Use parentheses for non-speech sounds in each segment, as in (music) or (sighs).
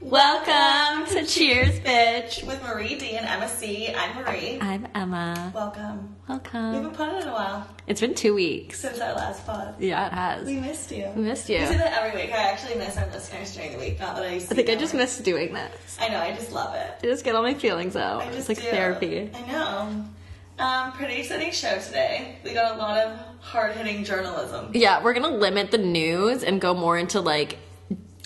Welcome to Cheers, bitch. with Marie D and Emma C. I'm Marie. I'm Emma. Welcome. We Welcome. haven't podded in a while It's been two weeks. since our last pod. Yeah, it has. We missed you. We missed you. We say that every week. I actually miss our listeners during the week. Not that I. I think I just missed doing this. I know. I just love it. I just get all my feelings out. I just It's like do. therapy. I know. Um, pretty exciting show today. We got a lot of hard hitting journalism. Yeah, we're gonna limit the news and go more into like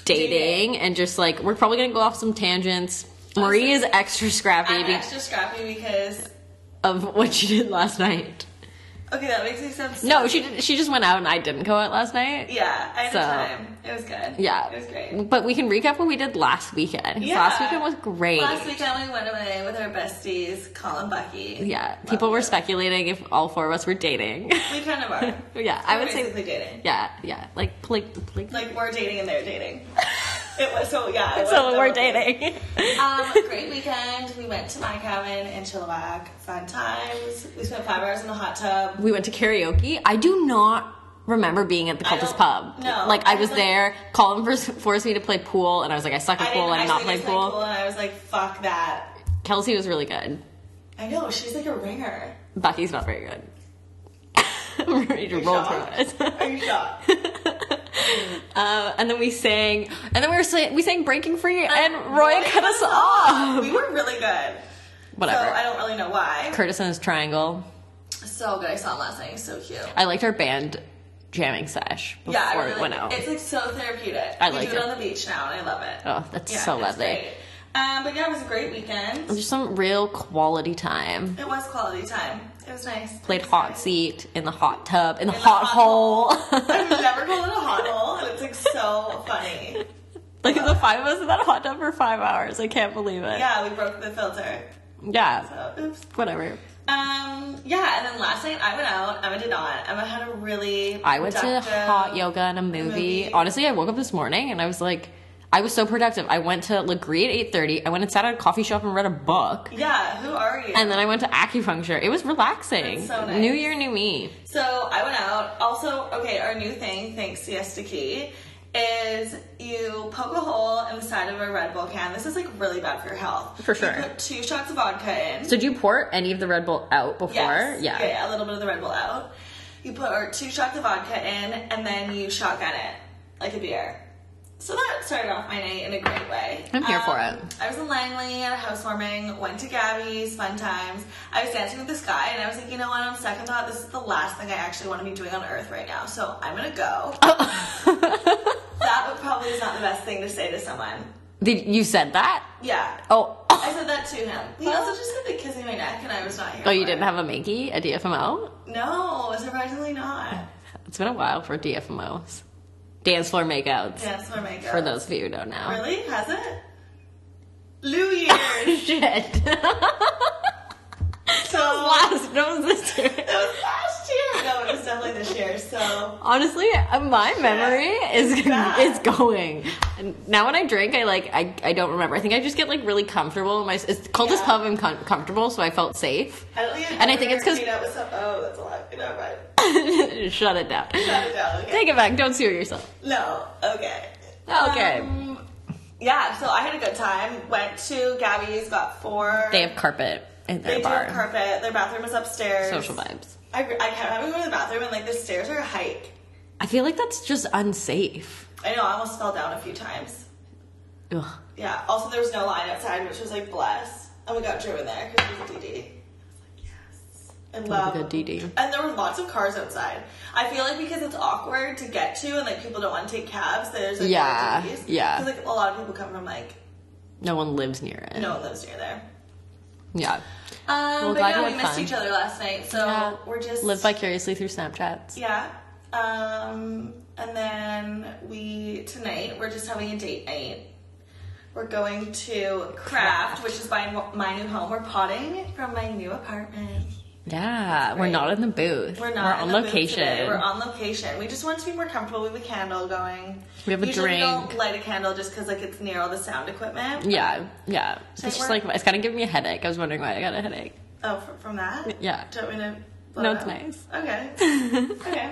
dating and just like we're probably gonna go off some tangents. Marie is extra scrappy I'm be- extra scrappy because of what she did last night. okay, that makes me sound. so- No, she did, she just went out and I didn't go out last night. Yeah, I had So- a time. It was good. Yeah. it was great. But we can recap what we did last weekend. 'cause Yeah. Last weekend was great. Last weekend we went away with our besties, Colin Bucky. Yeah, people were it. speculating if all four of us were dating. (laughs) We kind of are. yeah, I We're would say. basically dating. Yeah, yeah, like like like. Like we're dating and (laughs) they're dating. It was so yeah. it was so we're so- dating. (laughs) Um, great weekend. We went to my cabin in Chilliwack. Fun times. We spent five hours in the hot tub. we went to karaoke. I do not remember being at the I cultist don't- pub. no, like I I was don't- there. Colin forced, forced me to play pool, and I was like, I suck at I pool. didn't I'm actually not playing just play pool. pool, and I was like, fuck that. Kelsey was really good. I know she's like a ringer. Bucky's not very good. (laughs) I'm ready to roll through shocked? it. Are you shocked? (laughs) Uh, and then we sang, and then we were sang, we sang "Breaking Free," and Roy cut us off. We were really good. Whatever. So I don't really know why. Curtis and his triangle. So good. I saw him last night. He's so cute. I liked our band jamming sesh before yeah, I it really- went out. It's like so therapeutic. I we like do it. it on the beach now, and I love it. oh, that's Yeah, so it was lovely. great. Um, but yeah, it was a great weekend. Just some real quality time. It was quality time. It was nice. Played hot seat in the hot tub in the (laughs) the hot, hot hole. I've never called it a hot hole, and it's like so funny. (laughs) like the five of us in that hot tub for five hours. I can't believe it. Yeah, Yeah, we broke the filter. So oops. whatever. Um, yeah, and then last night I went out. Emma did not. Emma had a really I went to productive- hot yoga and a movie. movie. Honestly, I woke up this morning and I was like, I was so productive. I went to Legree at eight thirty. I went and sat at a coffee shop and read a book. Yeah, who are you? And then I went to acupuncture. It was relaxing. That's so nice. New year, new me. so I went out. Also, okay, our new thing, thanks Siesta Key, is you poke a hole in the side of a Red Bull can. This is like really bad for your health. For sure. You put two shots of vodka in. So did you pour any of the Red Bull out before? Yes. Yeah. yeah. a little bit of the Red Bull out. You put or two shots of vodka in, and then you shotgun it like a beer. So that started off my night in a great way. Um, I'm here for it. I was in Langley at a housewarming, went to Gabby's, fun times. I was dancing with this guy, and I was like, you know what, on second thought, this is the last thing I actually want to be doing on earth right now, so I'm gonna go. (laughs) that would probably is not the best thing to say to someone. Did you said that? Yeah. Oh. (laughs) I said that to him. He also just said the kissing my neck, and I was not here. Oh, you for it. didn't have a Minky, a DFMO? No, surprisingly not. It's been a while for DFMOs. Dance floor makeouts. Dance floor makeup. For those of you who don't know. Really? Has it? New (laughs) Year's. Shit. so Last, no, it was this year. it was last year. No, it was definitely this year. So Honestly, uh, my memory is (laughs) bad. is going. And Now when I drink, I like I, I don't remember. I think I just get like really comfortable. In my it's called this Yeah. pub. I'm com- comfortable, so I felt safe. (laughs) I don't think. I've And I think ever it's 'cause- seen that with some- Oh, that's a lot. You know, right? Shut it down. Shut it down. Okay. Take it back. Don't sue yourself. No. Okay. Okay. Um, yeah. So I had a good time. Went to Gabby's. Got four. They have carpet in their They do bar. have carpet. Their bathroom is upstairs. Social vibes. I, I kept having to go to the bathroom, and like the stairs are a hike. I feel like that's just unsafe. I know. I almost fell down a few times. Ugh. Yeah. Also, there was no line outside, which was like bless, and we got driven there because it was a DD. And Love love a good DD. And there were lots of cars outside. I feel like because it's awkward to get to, and like people don't want to take cabs. There's like Yeah, more DDs. yeah. 'Cause, like a lot of people come from like No one lives near it. no one lives near there. Yeah. Um, but glad you yeah, we had missed fun. each other last night, so Yeah. we're just Live vicariously through Snapchats. yeah. Um, and then we tonight we're just having a date night. We're going to Craft, which is by my new home. We're potting from my new apartment. Yeah, we're right. not in the booth. We're not in on the booth location. today. We're on location. We just want to be more comfortable. We have a candle going. We have a Usually We don't drink. light a candle just because like it's near all the sound equipment. Yeah, yeah. So it's just we're- like it's kind of giving me a headache. I was wondering why I got a headache. Oh, fr- from that. Yeah. Don't we know? (laughs) No, it's nice. Okay. okay.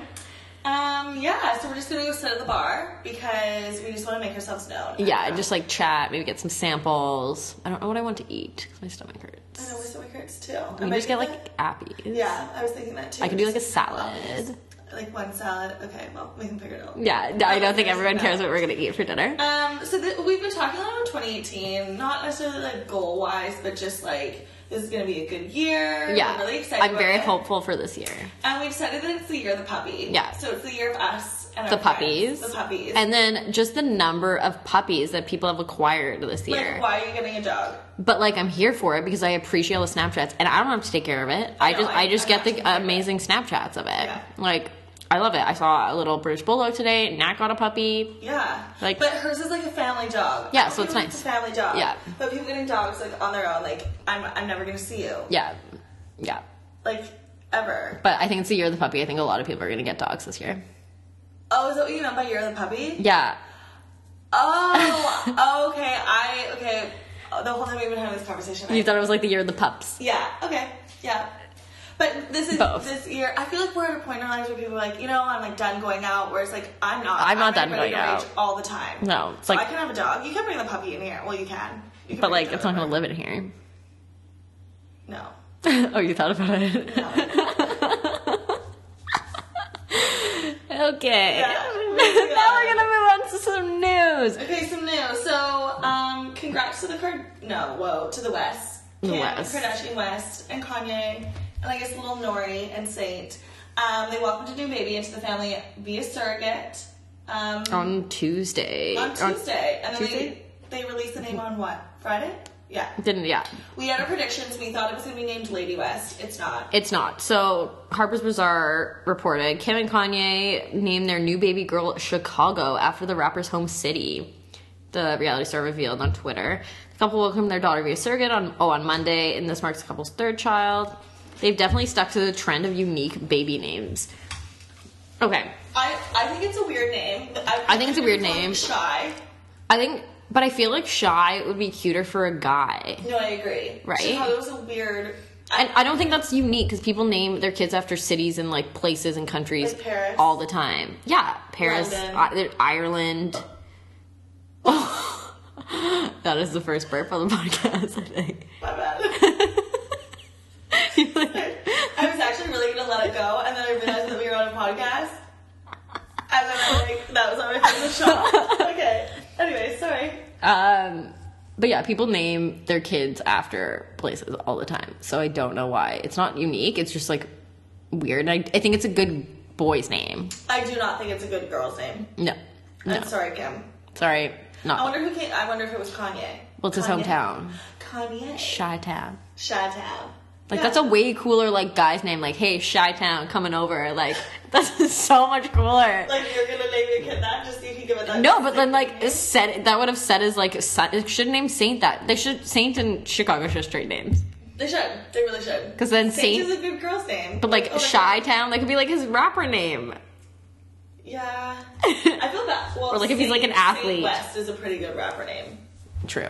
Um, yeah, so we're just gonna go sit at the bar because we just want to make ourselves known. Yeah, and just like chat, maybe get some samples. I don't know what I want to eat 'cause my stomach I hurts. know my stomach hurts too. We Am can I just get doing like appies. that? Yeah, I was thinking that too. I can do like a Just- salad. Like one salad. Okay, well we can figure it out. Yeah, no, I don't think Okay, everyone no. cares what we're gonna eat for dinner. Um, so th- we've been talking a lot about 2018, not necessarily like goal wise, but just like this is gonna be a good year. Yeah, I'm really excited. I'm about very it. hopeful for this year. And we decided that it's the year of the puppy. Yeah. So it's the year of us and The our friends. puppies. The puppies. And then just the number of puppies that people have acquired this year. like, why are you getting a dog? but like I'm here for it because I appreciate all the Snapchats and I don't have to take care of it. I know, just I- I just I'm get not taking the care of it. amazing Snapchats of it. Yeah. Like I love it. I saw a little British bulldog today. Nat got a puppy. Yeah. Like- but hers is like a family dog. Yeah, so it's People nice. A family dog. Yeah. But people getting dogs like on their own, like I'm, I'm never gonna see you, Yeah, yeah. like ever. But I think it's the year of the puppy. I think a lot of people are gonna get dogs this year. Oh, is that what you meant by year of the puppy? Yeah, Oh, (laughs) oh, okay. I okay. The whole time we've been having this conversation, I- you thought it was like the year of the pups. yeah. Okay. Yeah. But this is Both. this year. I feel like we're at a point in our lives where people are like, you know, I'm like done going out. Where it's like, I'm not. I'm not done ready to going rage out. all the time. No, it's So like- I can have a dog. You can bring the puppy in here. Well, you can. You can But bring like the it's not dog gonna live in here. (laughs) over. No. oh, you thought about it. (laughs) okay. Yeah. (laughs) now we're gonna move on to some news. Okay, some news. So, um, congrats to the Card. No, whoa, to the West. The Kim West. Kardashian West and Kanye, and I guess little Nori and Saint. Um, they welcomed a new baby into the family via surrogate um, Oh, On Tuesday. on Tuesday, and then Tuesday? they they released the name on what Friday? Yeah. Didn't yeah. We had our predictions. We thought it was going to be named Lady West. It's not. It's not. So Harper's Bazaar reported Kim and Kanye named their new baby girl Chicago after the rapper's home city. The reality star revealed on Twitter. The couple welcomed their daughter via surrogate on oh on Monday, and this marks the couple's third child. They've definitely stuck to the trend of unique baby names. Okay. I I think it's a weird name. I, I think it's a weird like name. Shy. I think but I feel like shy would be cuter for a guy. No, I agree. Right? Chicago's a weird. And I don't think that's unique because people name their kids after cities and like places and countries Like Paris. all the time. Yeah, Paris, London. I- Ireland. (laughs) that is the first burp on the (laughs) podcast. I think. My bad. You, like- I was actually really gonna let it go, and then I realized that we were on a podcast. And then I like that was already the shot. Okay. Anyway, sorry. (laughs) um, but yeah, people name their kids after places all the time. So I don't know why it's not unique. It's just like weird. And I, I think it's a good boy's name. I do not think it's a good girl's name. No, no, I'm sorry, Kim. sorry, I not. wonder who came. I wonder if it was Kanye. Well, it's his Kanye? hometown, Kanye. Chi Town. Chi-town. Like Yeah. that's a way cooler like guy's name. Like, hey, Shy Town coming over. Like (laughs) that's so much cooler. Like you're gonna name your kid that just so you can give it that. No, but then like said that would have said is like son- it should name Saint that they should Saint and Chicago should have straight names. they should. They really should. 'Cause then Saint Saint- is a good girl's name. But like Oh my Shy Town, that could be like his rapper name. God. Yeah. (laughs) I feel that. Well, Or, like, if he's, like, an Saint- Saint athlete. West is a pretty good rapper name. True.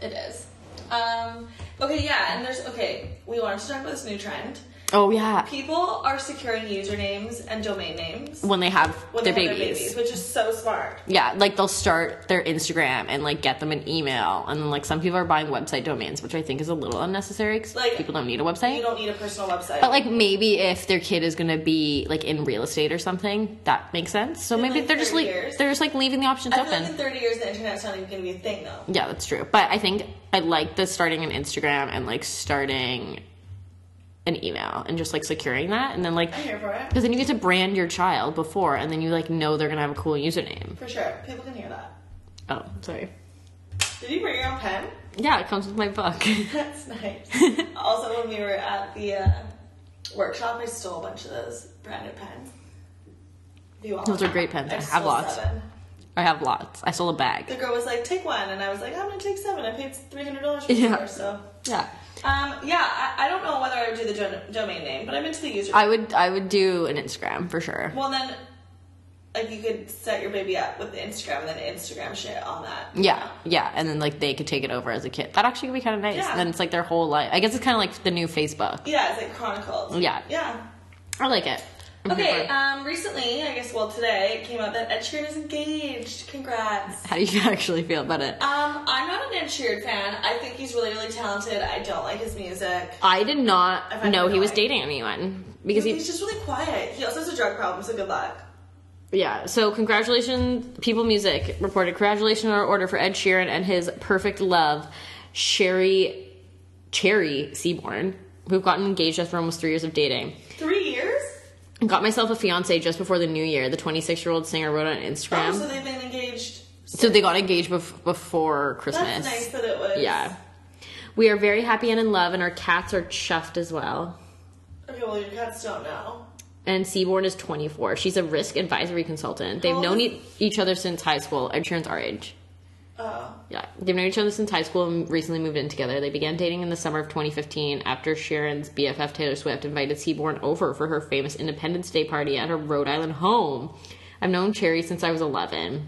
It is. Um, okay, yeah, and there's okay. We wanted to talk about this new trend. Oh yeah, People are securing usernames and domain names when they have when their they babies. have their babies, which is so smart. Yeah, like they'll start their Instagram and like get them an email, and then like some people are buying website domains, which I think is a little unnecessary because Like, people don't need a website. You don't need a personal website. But like maybe if their kid is gonna be like in real estate or something, that makes sense. So maybe like, they're just 30 like years. they're just like leaving the options I feel open. like in 30 years, the internet's not even going to be a thing, though. yeah, that's true. But I think I like the starting an Instagram and like starting an email and just like securing that and then like I'm here for it. because then you get to brand your child before and then you like know they're gonna have a cool username. For sure. People can hear that. Oh, sorry. Did you bring your own pen? Yeah, it comes with my book. (laughs) (laughs) That's nice. also, when we were at the uh, workshop, I stole a bunch of those branded pens. If You all Those are great pens. I have stole lots. Seven. I have lots. I sold a bag. the girl was like, take one, and I was like, I'm gonna take seven. I paid three hundred dollars for Yeah. four, so. Yeah. Um, yeah, I, I don't know whether I would do the dom- domain name, but I'm into the user. I would I would do an Instagram for sure. well, then, like, you could set your baby up with Instagram, and then Instagram shit on that. Yeah, yeah, and then like they could take it over as a kid. That actually could be kind of nice. Yeah. And then it's like their whole life. I guess it's kind of like the new Facebook. Yeah, it's like chronicles. Yeah. Yeah. I like it. Okay, um, recently, I guess, well, today, it came out that Ed Sheeran is engaged. Congrats. How do you (laughs) actually feel about it? Um, I'm not an Ed Sheeran fan. I think he's really, really talented. I don't like his music. I did not find know it he was annoying. dating anyone because he he's just really quiet. He also has a drug problem, so good luck. Yeah, so congratulations, People Music reported congratulations on our order for Ed Sheeran and his perfect love, Sherry Cherry Seaborn, who've gotten engaged after almost three years of dating. Three years? Got myself a fiance just before the new year. The 26 year old singer wrote on Instagram. Oh, so they've been engaged. so they got engaged bef- before Christmas. That's nice that it was. Yeah. We are very happy and in love, and our cats are chuffed as well. Okay, well, your cats don't know. And Seaborn is 24. She's a risk advisory consultant. They've How old known is- e- each other since high school. Ed Sheeran's our age. Oh. Yeah, they've known each other since high school and recently moved in together. They began dating in the summer of 2015 after Sharon's BFF Taylor Swift invited Seaborn over for her famous Independence Day party at her Rhode Island home. I've known Cherry since I was 11.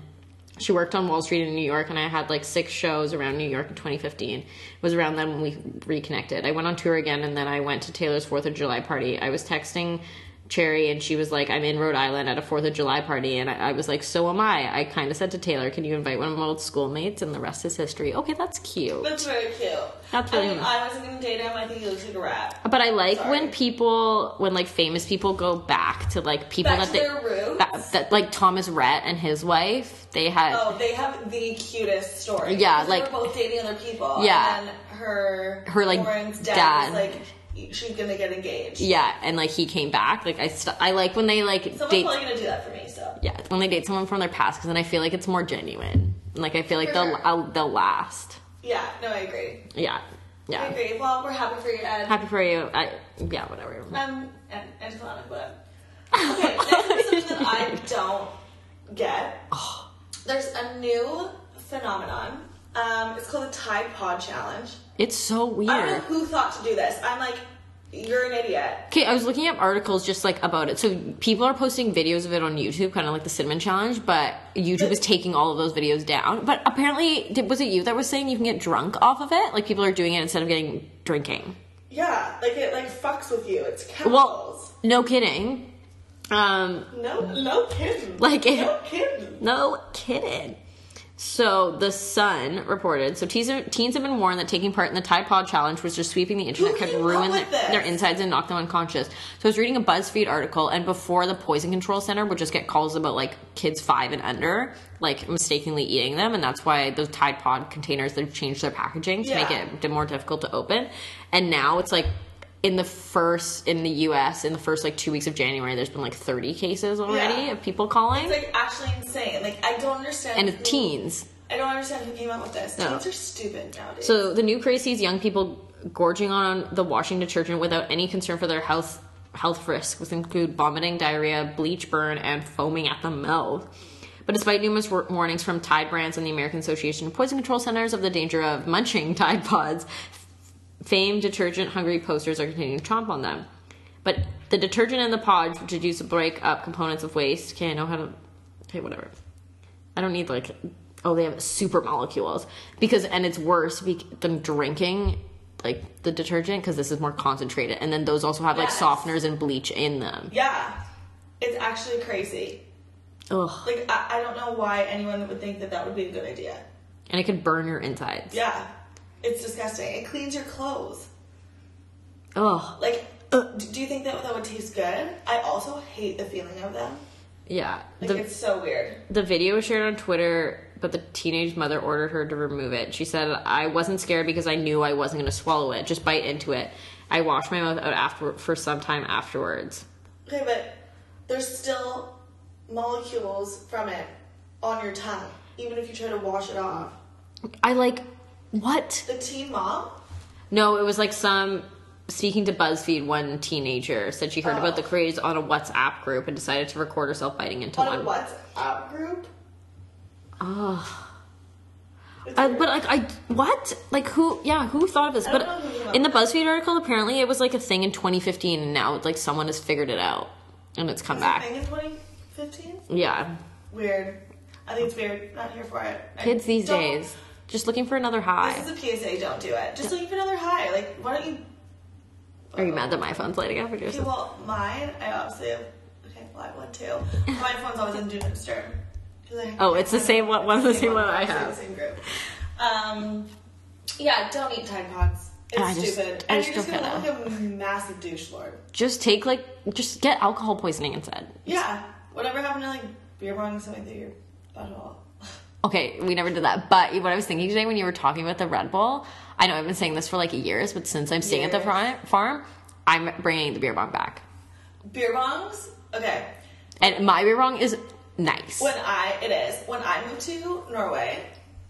She worked on Wall Street in New York, and I had like six shows around New York in 2015. It was around then when we reconnected. I went on tour again, and then I went to Taylor's 4th of July party. I was texting Cherry, and she was like, I'm in Rhode Island at a 4th of July party. And I, I was like, So am I. I kind of said to Taylor, Can you invite one of my old schoolmates? And the rest is history. Okay, that's cute. That's very cute. That's I really mean, nice. I wasn't gonna date him. I think he looks like a rat. But I like Sorry. when people, when like famous people go back to like people Back that to they, their roots. that, that like Thomas Rhett and his wife, they had. Oh, they have the cutest story. Yeah, Because they like- were both dating other people. Yeah. and then her Her, like, Lauren's dad, dad. was like she's gonna get engaged. Yeah, and like he came back. Like I, st- I like when they like Someone's date. probably gonna do that for me. So yeah, when they date someone from their past, because then I feel like it's more genuine. And, Like I feel like For they'll sure. I'll, they'll last. yeah, no, I agree. Yeah, I yeah. agree. Well, we're happy for you, Ed. Happy for you. I, yeah, whatever. Um, and and Kalana, but okay. This is something that I (laughs) don't get. Oh. There's a new phenomenon. Um, it's called the Tide Pod Challenge. It's so I don't know (laughs) weird. who thought to do this. I'm like, you're an idiot. Okay, I was looking up articles just like about it. So people are posting videos of it on YouTube, kind of like the cinnamon challenge, but YouTube is taking all of those videos down. But apparently, did, was it you that was saying you can get drunk off of it? Like people are doing it instead of getting drinking. Yeah, like it like fucks with you. It's Well, chemicals. no kidding. Um, no, no kidding. Like it- no kidding. No kidding. So the Sun reported. So teens, teens have been warned that taking part in the Tide Pod Challenge, which is sweeping the internet, Who could came ruin up with their, this? their insides and knock them unconscious. So I was reading a BuzzFeed article, and before the Poison Control Center would just get calls about like kids five and under like mistakenly eating them, and that's why those Tide Pod containers they've changed their packaging to make Yeah. it d- more difficult to open. And now it's like in the first in the U.S. in the first like two weeks of January, there's been like 30 cases already Yeah. of people calling, It's like actually insane. Like I don't understand. and who- it's teens. I don't understand who came up with this. No. Teens are stupid nowadays. So the new craze sees young people gorging on the washing detergent without any concern for their health health risks, which include vomiting, diarrhea, bleach burn, and foaming at the mouth. But despite numerous wor- warnings from Tide brands and the American Association of Poison Control Centers of the danger of munching (laughs) Tide pods, Fame detergent hungry posters are continuing to chomp on them. But the detergent and the pods, which is used to break up components of waste, okay, I know how to. Okay, whatever. I don't need like. Oh, they have super molecules because, and it's worse be- than drinking like the detergent because this is more concentrated, and then those also have like Yes. softeners and bleach in them. yeah, it's actually crazy. Ugh, Like I, I don't know why anyone would think that that would be a good idea. and it could burn your insides. Yeah, it's disgusting. It cleans your clothes. Ugh, Like, Uh. d- do you think that that would taste good? I also hate the feeling of them. yeah. Like The- it's so weird. The video was shared on Twitter, but the teenage mother ordered her to remove it. She said, I wasn't scared because I knew I wasn't going to swallow it, just bite into it. I washed my mouth out after for some time afterwards. Okay, but there's still molecules from it on your tongue, even if you try to wash it off. I like, what? The teen mom? No, it was like some speaking to BuzzFeed. One teenager said she heard about the craze on a WhatsApp group and decided to record herself biting into Oh. On a one. WhatsApp group? It's Uh, weird. but like Ah. I what like who yeah who thought of this? I But don't know who came up in the BuzzFeed article, apparently it was like a thing in 2015, and now like someone has figured it out and it's come Is back. it a thing in 2015? Yeah. Weird. I think it's weird. Not here for it. I Kids these don't- days. Just looking for another high. This is a PSA, don't do it. Just looking for another high. Like, why don't you. Are you mad that my phone's lighting up or Okay, just well, mine, I obviously have. Okay, well, I have one too. My phone's always on Do Not Disturb. 'Cause I- Oh, it's the same one- one of the same one I Actually, have. The same group. Um, yeah, don't eat Tide Pods. It's I just- stupid. I and just you're just don't gonna get look like a massive douche lord. Just take like just get alcohol poisoning instead. Yeah, whatever happened to like beer bong something through your butthole. (laughs) Okay, we never did that. But what I was thinking today when you were talking about the Red Bull, I know I've been saying this for like years, but since I'm staying at the Years. farm, farm, I'm bringing the beer bong back. Beer bongs? Okay. And my beer bong is nice. When I it is when I moved to Norway,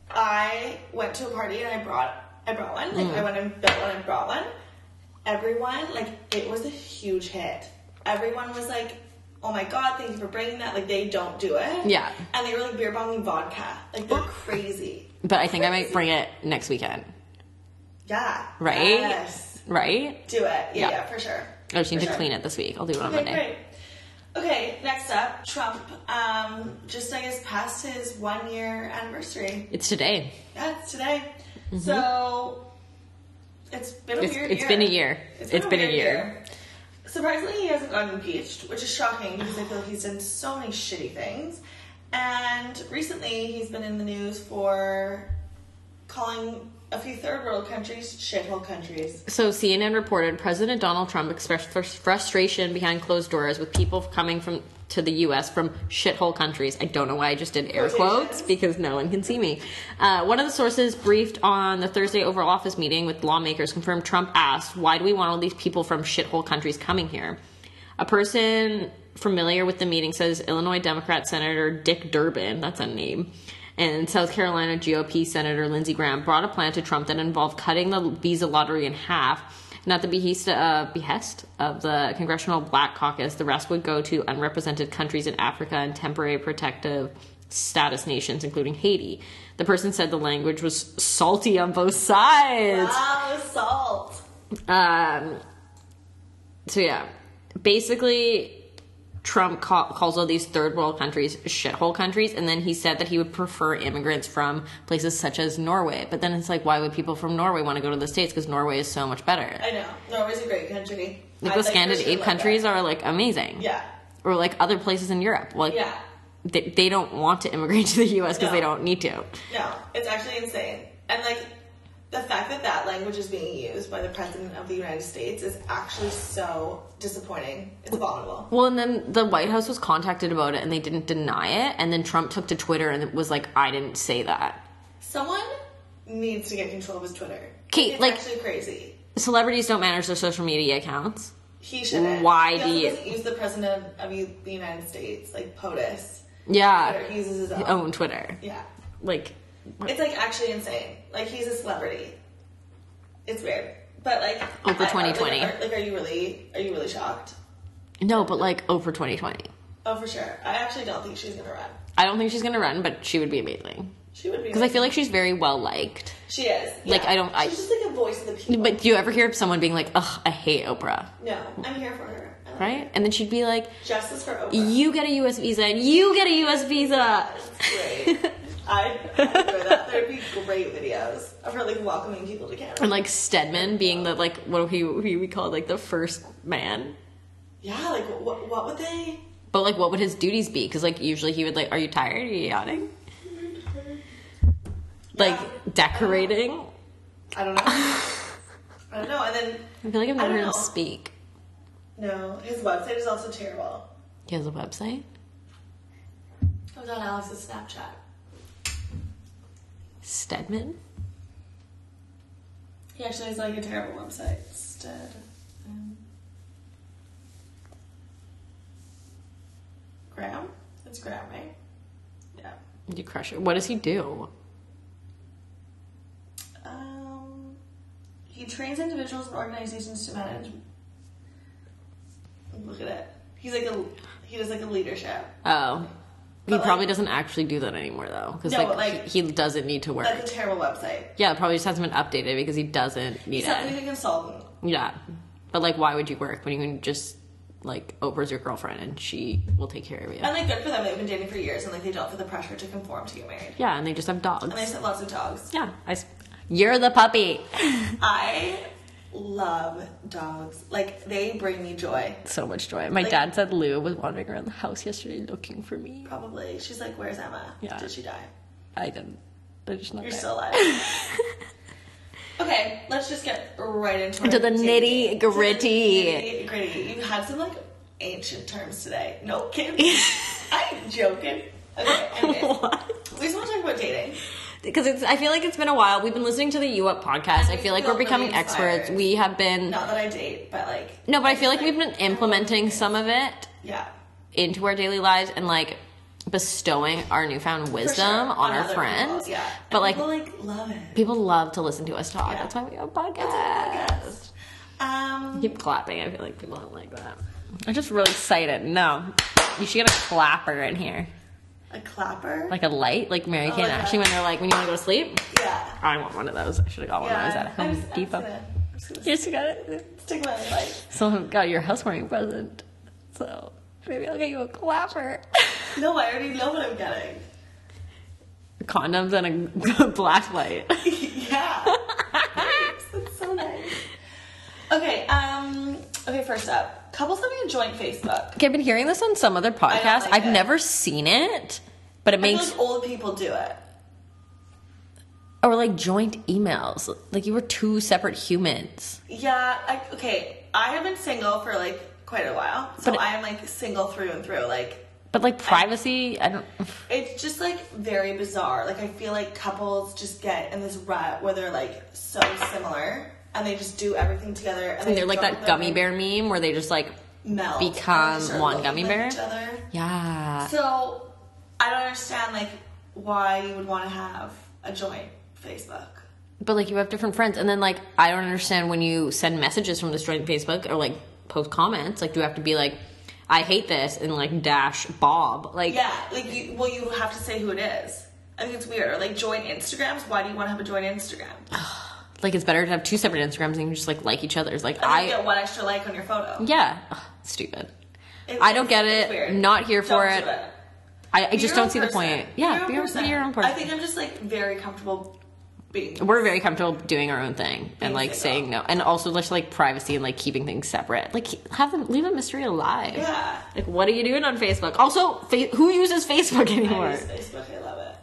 I went to a party and I brought I brought one. Like Hmm. I went and built one and brought one. Everyone like it was a huge hit. Everyone was like, "Oh my god, thank you for bringing that!" Like they don't do it. Yeah. And they were like beer bonging vodka. Like they're crazy. But I think I might bring it next weekend, Yeah. Right? Yes. right? Do it. Yeah, Yeah. yeah, for sure. I just need For to sure. clean it this week. I'll do it on Okay, Monday. great. Okay, next up, Trump. Um, just I guess passed his one year anniversary. It's today. Yeah, it's today. So it's been a Mm-hmm. It's, weird it's year. been a year. it's been a weird year. Surprisingly, he hasn't gotten impeached, which is shocking because I feel like he's done so many shitty things. And recently, he's been in the news for calling a few third world countries shithole countries. So CNN reported President Donald Trump expressed fr- frustration behind closed doors with people coming from to the U.S. from shithole countries. I don't know why I just did air quotes Quotations. because no one can see me. Uh, one of the sources briefed on the Thursday Oval Office meeting with lawmakers confirmed Trump asked, "Why do we want all these people from shithole countries coming here?" A person familiar with the meeting says Illinois Democrat Senator Dick Durbin, that's a name, and South Carolina GOP Senator Lindsey Graham brought a plan to Trump that involved cutting the visa lottery in half. And at the behest, uh, behest of the Congressional Black Caucus, the rest would go to unrepresented countries in Africa and temporary protective status nations, including Haiti. The person said the language was salty on both sides. Wow, Ah, salt. Um, so yeah, basically, Trump ca- calls all these third world countries shithole countries, and then he said that he would prefer immigrants from places such as Norway. But then it's like, why would people from Norway want to go to the states? Because Norway is so much better. I know. Norway's a great country. Like I'd those for sure Scandinavian live countries are like amazing, there. Yeah. or like other places in Europe. Like Yeah. they, they don't want to immigrate (laughs) to the U.S. because No. they don't need to. No, it's actually insane. And like the fact that that language is being used by the president of the United States is actually so disappointing. It's abominable. Well, and then the White House was contacted about it, and they didn't deny it. And then Trump took to Twitter and was like, "I didn't say that." Someone needs to get control of his Twitter. Kate, it's like- actually crazy. celebrities don't manage their social media accounts. He shouldn't. Why he do also you- doesn't use the president of U- the United States like POTUS? Yeah, Or he uses his own. own Twitter. Yeah, Like, it's like actually insane. Like he's a celebrity. It's weird, but like Over I- like, 2020. are- Like, are you really? Are you really shocked? no, but like Oprah 2020. Oh, for sure. I actually don't think she's gonna run. I don't think she's gonna run, but she would be amazing She would be because I feel like she's very well liked. She is. Like, I don't- I- She's just like a voice of the people. But do you ever hear of someone being like, "Ugh, I hate Oprah," no, I'm here for her. I like right? And then she'd be like, her. Justice for Oprah. "You get a U.S. visa, and you get a U.S. visa." (laughs) Great. I enjoy that. There'd be great videos of her like welcoming people to Canada. And like Stedman being the like what he he we call like the first man. yeah, like what, what would they? But like, what would his duties be? Because like usually he would like, "Are you tired? Are you yawning?" Like Yeah. decorating. (laughs) I don't know. I don't know. And then I feel like I've never I don't heard him know. speak. no, his website is also terrible. He has a website. I was on Alex's Snapchat. Stedman. He actually has like a terrible website. Instead, um, Graham. It's Graham, right? Yeah. You crush it. What does he do? Um, he trains individuals and organizations to manage. Look at it. He's like a he does like a leadership. Oh, he But, like- probably doesn't actually do that anymore though, because No, like, but, like- he, he doesn't need to work. That's a terrible website. yeah, it probably just hasn't been updated because he doesn't need He's not it. even a consultant. Yeah, but like, why would you work when you can just like Oprah's your girlfriend and she will take care of you? And like good for them. They've been dating for years, and like they don't feel the pressure to conform to get married. Yeah, and they just have dogs. And they have lots of dogs. yeah, I. s- You're the puppy. I love dogs. Like they bring me joy. So much joy. My Like- dad said Lou was wandering around the house yesterday looking for me. Probably. She's like, "Where's Emma? Yeah. Did she die? I didn't. They're just not You're there. still alive." (laughs) okay, let's just get right into To our the nitty day. gritty. Nitty gritty. You had some like ancient terms today. No (laughs) kidding. I ain't joking. Okay. Anyways, What? we just want to talk about dating. Because it's, I feel like it's been a while. We've been listening to the U Up podcast. And I we feel like feel we're becoming really inspired. experts. We have been Not that I date, but like, no, but I feel like we've been implementing some of it yeah. into our daily lives and like bestowing our newfound For wisdom sure. on our other friends. people, yeah. But, And like- people like love it. People love to listen to us talk. Yeah. That's why we have a podcast. Yes. Um, Keep clapping. I feel like people don't like that. I'm just really excited. No, you should get a clapper in here, a clapper. like a light, like Mary Kay and yeah. Ashley when they're like, when you want to go to sleep. yeah. I want one of those. I should have got one when I was at I'm Home just- I'm just Depot. gonna- I'm just gonna Yes, you got it. stick my life. Someone got your housewarming present, so maybe I'll get you a clapper. (laughs) No, I already know what I'm getting. Condoms and a (laughs) black light. yeah. Thanks, That's so nice. Okay. Um. Okay. First up, couples that we joint Facebook. Okay, I've been hearing this on some other podcast. like I've it. never seen it, but it I feel makes like old people do it. or like joint emails. Like you were two separate humans. Yeah. I, okay. I have been single for like quite a while, so But it- I am like single through and through. Like But like privacy, I (laughs) don't. it's just like very bizarre. Like I feel like couples just get in this rut where they're like so similar and they just do everything together. And, they They're like don't that gummy really bear meme where they just like, meld. and they become just start one looking gummy like bear? Each other. yeah. So I don't understand like why you would want to have a joint Facebook. But like you have different friends, and then like I don't understand when you send messages from this joint Facebook or like post comments. Like, do you have to be like, I hate this, and like dash Bob? Like, Yeah, like you, well, you have to say who it is. I think it's weird. Or like joint Instagrams. Why do you want to have a joint Instagram? like it's better to have two separate Instagrams and you just like like each other's. Like I I, get one extra like on your photo. yeah, Ugh, stupid. It- I don't it's- get it's it. weird. Not here for Don't it. do it. I, I Be just your don't own see the person. point. Yeah, Be be your, be your own I person. think I'm just like very comfortable being. We're very comfortable doing our own thing and like single. saying no, and also just like privacy and like keeping things separate. Like have them leave a mystery alive. Yeah. Like what are you doing on Facebook? Also, fa- who uses Facebook I anymore? use Facebook. I love it.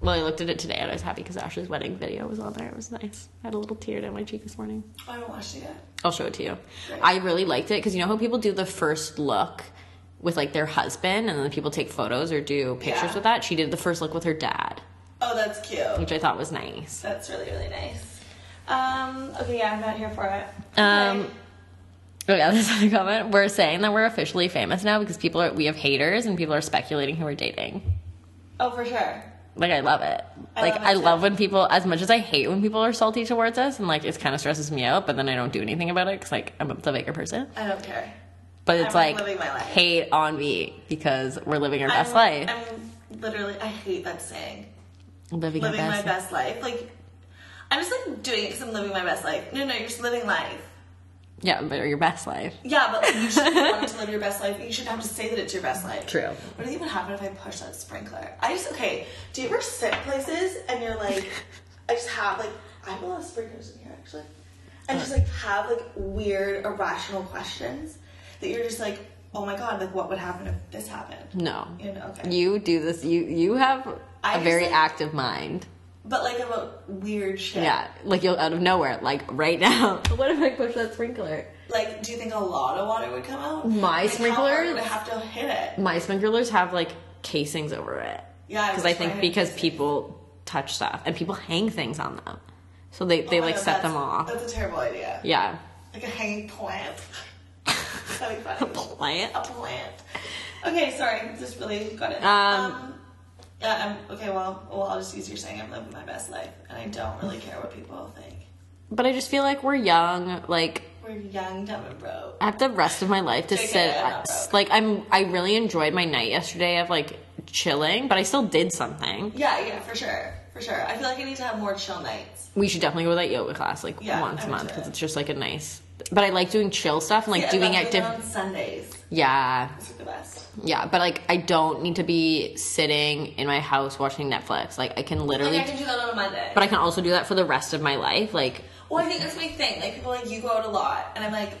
Well, I looked at it today and I was happy because Ashley's wedding video was on there. It was nice. I had a little tear down my cheek this morning. I haven't watched it yet. I'll show it to you. Great. I really liked it because you know how people do the first look with like their husband, and then people take photos or do pictures Yeah. with that. She did the first look with her dad, Oh, that's cute. which I thought was nice. That's really really nice. Um. Okay. Yeah, I'm not here for it. Um, Okay. (laughs) oh yeah, this other comment. We're saying that we're officially famous now because people are we have haters and people are speculating who we're dating. Oh, for sure. Like I love it. I Like love it I too. love when people, as much as I hate when people are salty towards us, and like it kind of stresses me out. But then I don't do anything about it because like I'm a the bigger person. I don't care. But it's I'm like living my life. hate on me because we're living our best I'm, life. I'm literally. I hate that saying. living, Living our my best. life. best life. Like, I'm just like doing it because I'm living my best life. No, no, you're just living life. Yeah, but your best life. Yeah, but like, you (laughs) should want to live your best life. You should have to say that it's your best life. True. What do you think would happen if I push that sprinkler? I just okay. Do you ever sit places and you're like, I just have like I have a lot of sprinklers in here actually, and just like have like weird irrational questions that you're just like, oh my god, like what would happen if this happened? No, You know, okay. you do this. You you have a I just, very like- active mind. But like about weird shit. Yeah, like you'll out of nowhere, like right (laughs) now. What if I push that sprinkler? Like, do you think a lot of water would come out? My like, How hard sprinklers? would I have to hit it. My sprinklers have like casings over it. Yeah, I because was I think trying to because fix it. people touch stuff and people hang things on them, so they they Oh my like God, set that's- them off. That's a terrible idea. Yeah, Like a (laughs) hanging plant. That'd be funny. plant. A plant. Okay, sorry, just really got it. Um, yeah, I'm, okay, well, well, I'll just use your saying I'm living my best life, and I don't really care what people think. But I just feel like we're young. Like We're young, dumb, and broke. I have the rest of my life to Okay, sit. I'm not s- broke. Like I'm. I really enjoyed my night yesterday of like chilling, but I still did something. Yeah, yeah, for sure, for sure. I feel like I need to have more chill nights. We should definitely go to that yoga class like Yeah, once I a would month do because it. it's just like a nice. But I like doing chill stuff and like Yeah, doing that's active. on Sundays. Yeah, Those are the best. yeah, but like I don't need to be sitting in my house watching Netflix. Like I can Like, literally, I can do that on a Monday. but I can also do that for the rest of my life. Like Well, I think that's my thing. Like people are like you go out a lot, and I'm like,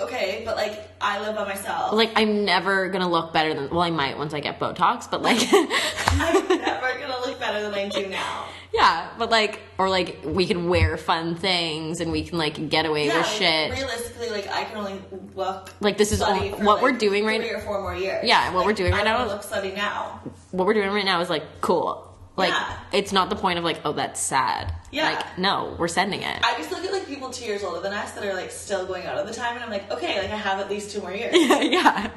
okay, but like I live by myself. Like I'm never gonna look better than well, I might once I get Botox, but like (laughs) I'm never gonna look better than I do now. Yeah, but like or like we can wear fun things and we can like get away Yeah, with like, shit. Realistically, like I can only look Like, this is all- slutty for, what like, we're doing right- three or four more years. Yeah, what Like, we're doing I right don't now- wanna Look slutty now. What we're doing right now is like cool. Like Yeah. it's not the point of like, oh that's sad. Yeah. Like, no, we're sending it. (laughs) I just look at like people two years older than us that are like still going out all the time, and I'm like, okay, like I have at least two more (laughs) years. yeah.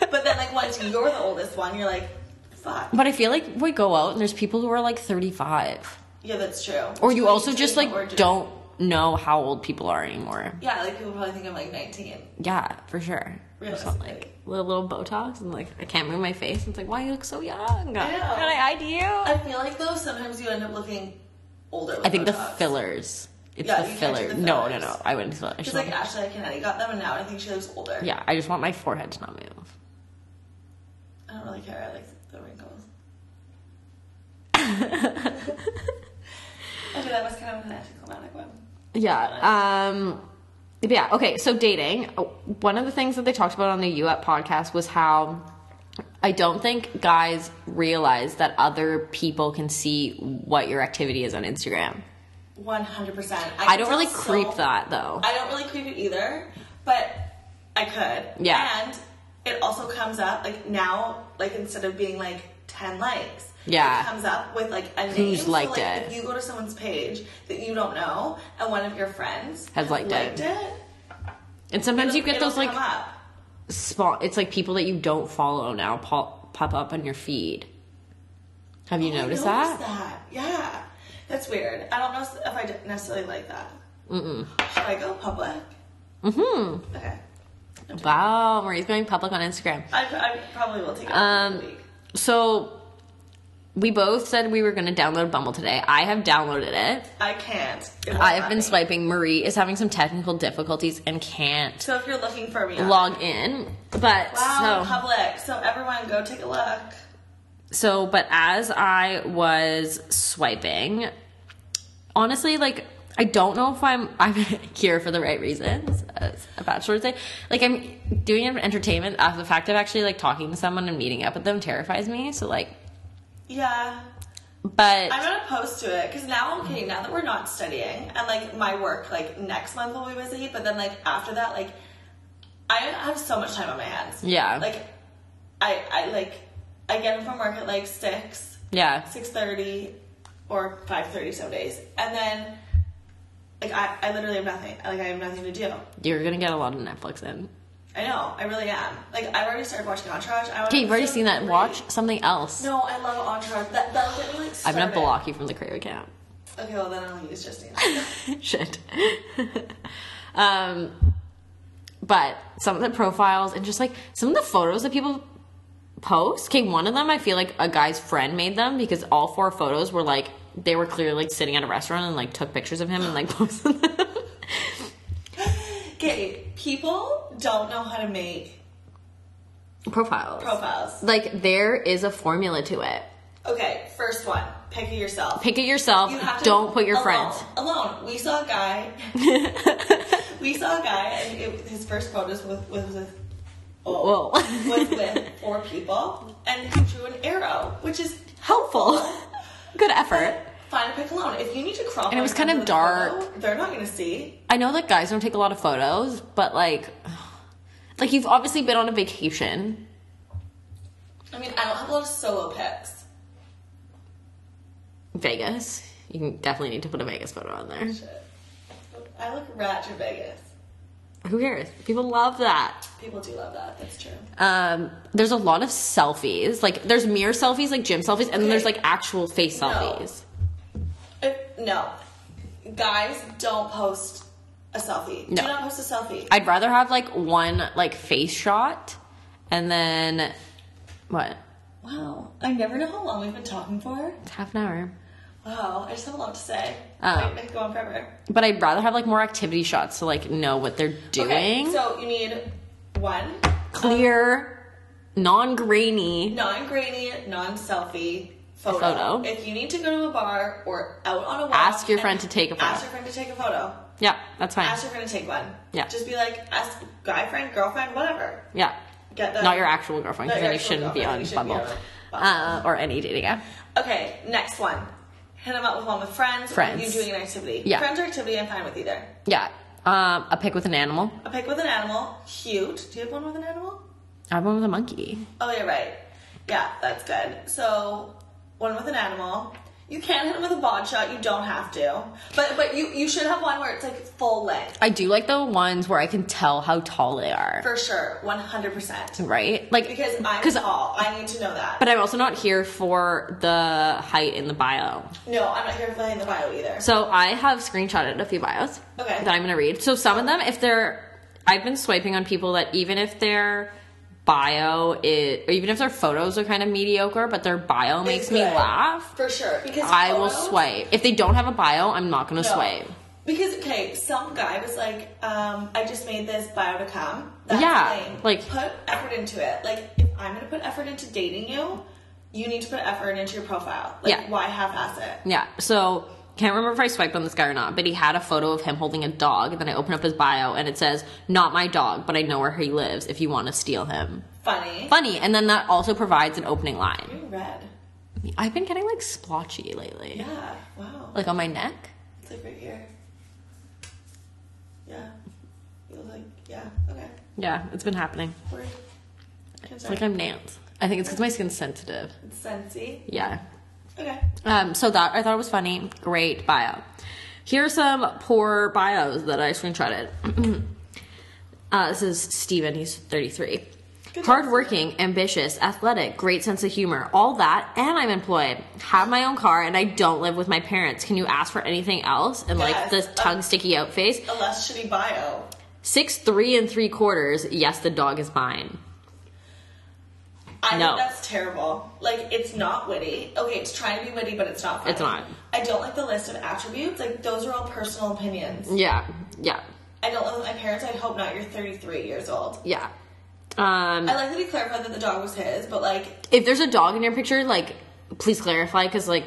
But then like once you're the oldest one, you're like, fuck. But I feel like we go out and there's people who are like 35. Yeah, that's true. Or Which you really also is just what like we're doing. don't know how old people are anymore. Yeah, like people probably think I'm like 19. Yeah, for sure. Really? Just want, like little, little Botox and like I can't move my face. It's like why you look so young? Can know. I ID you? I feel like though sometimes you end up looking older. With I think the Botox. fillers. It's Yeah, the, you can't do filler. the No, no, fillers. no. I wouldn't. Fill. I Because just like want, Ashley Kennedy got them, and now I think she looks older. yeah, I just want my forehead to not move. I don't really care. I like the (laughs) wrinkles. okay, that was kind of an anticlimactic one. Yeah. Um but yeah, okay, so dating. Oh, One of the things that they talked about on the U Up podcast was how I don't think guys realize that other people can see what your activity is on Instagram. 100%. I can don't really tell so- creep that though. I don't really creep it either, but I could. Yeah. And it also comes up like now, like instead of being like ten likes, Yeah. it comes up with like a name. Who's So, liked like, it. If you go to someone's page that you don't know, and one of your friends Has liked it. And sometimes you it'll- get those it'll like come up. spot it's like people that you don't follow now pop, pop up on your feed. Have you I noticed noticed that? Yeah, that's weird. I don't know if I d- necessarily like that. Mm-mm. Should I go public? Mm-hmm. Okay. Wow, Marie's going public on Instagram. I, I probably will take it Um, this week. So we both said we were going to download Bumble today. I have downloaded it. I can't. It won't I let have been me. swiping. Marie is having some technical difficulties and can't So if you're looking for me, log in. But so wow, public. So everyone, go take a look. so but as I was swiping, honestly like I don't know if I'm (laughs) I'm here for the right reasons as a bachelor would say. Like I'm doing it for entertainment. Uh, the fact of actually like talking to someone and meeting up with them terrifies me. So like Yeah, but I'm not opposed to it because now, okay, now that we're not studying and like my work, like next month will be busy, but then like after that, like I have so much time on my hands. Yeah. like I, I like I get home from work at like six, yeah. six thirty, or five thirty some days, and then like I, I literally have nothing. Like I have nothing to do. You're gonna get a lot of Netflix in. I know, I really am. Like I've already started watching Entourage. I Okay, you've already seen that. Watch something else. No, I love Entourage. That that'll get me like. I'm Started. gonna block you from the creative account. Okay, well then I'll use (laughs) Justine. Shit. um, but some of the profiles and just like some of the photos that people post. Okay, one of them I feel like a guy's friend made them because all four photos were like they were clearly like sitting at a restaurant and like took pictures of him and like (laughs) posted them. Okay, people don't know how to make profiles. profiles. Like there is a formula to it. Okay, first one, pick it yourself. Pick it yourself. Don't put your alone, friends. (laughs) alone. We saw a guy. we saw a guy, and it, his first quote was with was with, oh, Whoa. was with four people, and he drew an arrow, which is Helpful. Good effort. Find a pick alone. If you need to crop, And it was on kind of something dark. with a photo, they're not going to see. I know that guys don't take a lot of photos, but like, (sighs) like you've obviously been on a vacation. I mean, I don't have a lot of solo pics. Vegas. You can definitely need to put a Vegas photo on there. Shit. I look ratchet Vegas. Who cares? People love that. People do love that. That's true. Um, there's a lot of selfies. Like there's mirror selfies, like gym selfies, and then there's like actual face No. selfies. If, Uh, no, guys don't post a selfie. No. Do not post a selfie. I'd rather have like one like face shot, and then what? wow, I never know how long we've been talking for. It's half an hour. Wow, I just have a lot to say. Oh. Wait, I could go on forever. But I'd rather have like more activity shots to like know what they're doing. Okay, so um, you need one Clear, non grainy. non-grainy, non-selfie photo. photo. If you need to go to a bar or out on a walk, Ask your and friend to take a photo. ask your friend to take a photo. Yeah, that's fine. Ask your friend to take one. Yeah. Just be like, ask guy friend, girlfriend, whatever. Yeah. Get that. Not your actual girlfriend, Not because your then you actual shouldn't be on girlfriend, you shouldn't be Bumble. on Bumble. Uh, or any dating app. Okay, next one. Hit them up with one with friends. or Friends. You doing an activity. Yeah. Friends or activity, I'm fine with either. Yeah. Um, a pic with an animal. A pic with an animal, cute. Do you have one with an animal? I have one with a monkey. Oh, you're right. Yeah, that's good. So, one with an animal. You can hit it with a bod shot. You don't have to, but but you you should have one where it's like full length I do like the ones where I can tell how tall they are. for sure, one hundred percent. right? Like Because I'm tall, I need to know that. but I'm also not here for the height in the bio. no, I'm not here for playing the bio either. So I have screenshotted a few bios Okay. that I'm gonna read. So some of them, if they're, I've been swiping on people that even if their bio is, or even if their photos are kind of mediocre, but their bio makes me good. laugh. for sure because I will photos- swipe. If they don't have a bio, I'm not gonna No. swipe. Because okay, some guy was like, um, "I just made this bio to come." That's Yeah, lame. like- put effort into it. Like if I'm gonna put effort into dating you, you need to put effort into your profile. Like Yeah. why half-ass it? Yeah. So can't remember if I swiped on this guy or not, but he had a photo of him holding a dog. And then I open up his bio and it says, "Not my dog, but I know where he lives. If you want to steal him." Funny. Funny. And then that also provides an opening line. You red. I've been getting like splotchy lately. Yeah. Wow. Like on my neck. It's like right here. Yeah. You look like yeah. Okay. Yeah, it's been happening. We're It's like I'm Nance. I think it's because my skin's sensitive. Sensi. Yeah. Okay. Um, so that I thought it was funny. Great bio. Here are some poor bios that I screenshotted. (clears throat) uh, this is Steven, he's 33. Good Hardworking, ambitious, athletic, great sense of humor, all that, and I'm employed. Have my own car, and I don't live with my parents. Can you ask for anything else? And like Yes. this tongue sticky out face. A less shitty bio. Six, three, and three quarters. Yes, the dog is mine. I No. think that's terrible. Like, it's not witty. Okay, it's trying to be witty, but it's not. Funny. It's not. I don't like the list of attributes. Like, those are all personal opinions. Yeah, yeah, I don't live with my parents. I hope not. You're 33 years old. yeah. Um, I like that he clarified that the dog was his, but like, if there's a dog in your picture, like, please clarify, because like,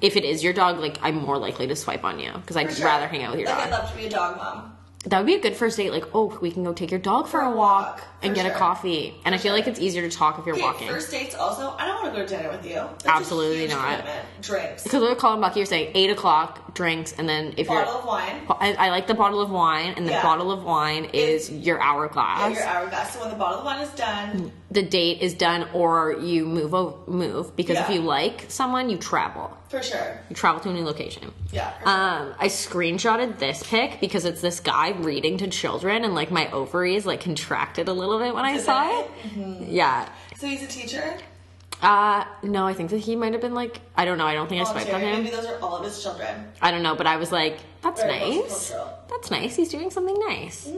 if it is your dog, like, I'm more likely to swipe on you because I'd for sure. rather hang out with your like, I'd dog. love to be a dog mom. that would be a good first date. Like, oh, we can go take your dog for a walk walk, and for get a sure. coffee. And I feel like it's easier to talk if you're Okay, walking. First dates, also, I don't want to go to dinner with you. That's a Absolutely huge not. commitment. Drinks. Because we're calling Bucky, you're saying eight o'clock drinks, and then if Bottle you're of wine. I, I like the bottle of wine, and the Yeah. bottle of wine is your hourglass. At your hourglass. So when the bottle of wine is done, the date is done or you move o- move because if Yeah. you like someone you travel for sure. you travel to a new location Yeah. for sure. um i screenshotted this pic because it's this guy reading to children and like my ovaries like contracted a little bit when i Did saw they? it Mm-hmm. yeah so he's a teacher. uh no i think that he might have been like i don't know i don't think i swiped on Maybe him those are all of his children. i don't know but i was like that's Very nice multicultural. that's nice he's doing something nice